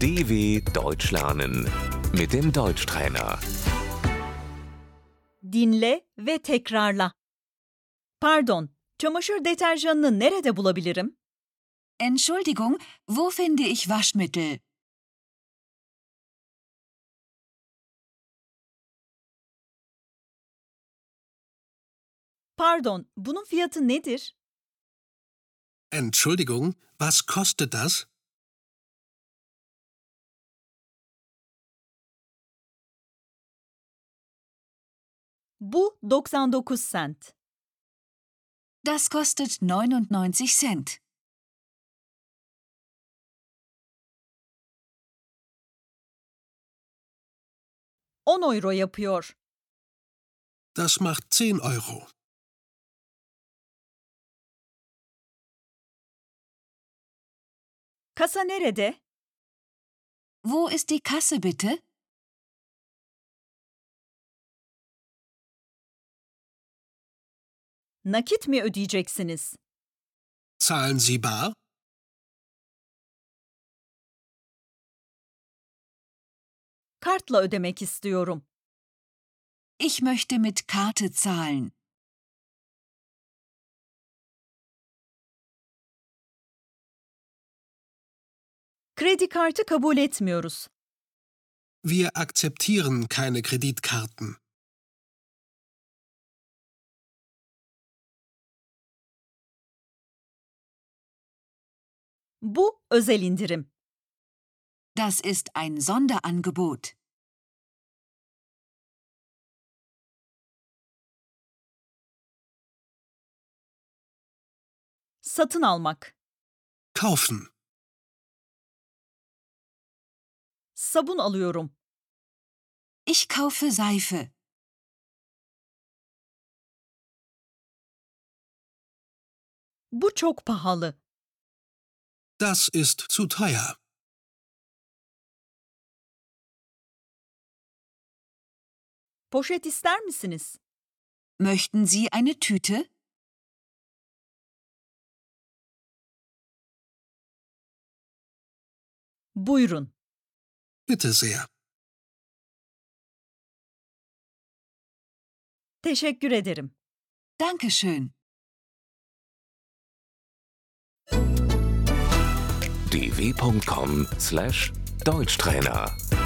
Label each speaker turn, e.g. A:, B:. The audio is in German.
A: DW Deutsch lernen mit dem Deutschtrainer.
B: Dinle ve tekrarla. Pardon, çamaşır deterjanını nerede bulabilirim?
C: Entschuldigung, wo finde ich Waschmittel?
B: Pardon, bunun fiyatı nedir?
D: Entschuldigung, was kostet das?
B: Bu 99 cent.
C: Das kostet 99 Cent.
B: €10 euro yapıyor.
D: Das macht 10 Euro.
B: Kasa nerede?
C: Wo ist die Kasse bitte?
B: Nakit mi ödeyeceksiniz?
D: Zahlen Sie bar?
B: Kartla ödemek istiyorum.
C: Ich möchte mit Karte zahlen.
B: Kredi kartı kabul etmiyoruz.
D: Wir akzeptieren keine Kreditkarten.
B: Bu özel indirim.
C: Das ist ein Sonderangebot.
B: Satın almak.
D: Kaufen.
B: Sabun alıyorum.
C: Ich kaufe Seife.
B: Bu çok pahalı.
D: Das ist zu teuer.
B: Poşet ister misiniz?
C: Möchten Sie eine Tüte?
B: Buyurun.
D: Bitte sehr.
B: Teşekkür ederim.
C: Dankeschön.
A: dw.com/deutschtrainer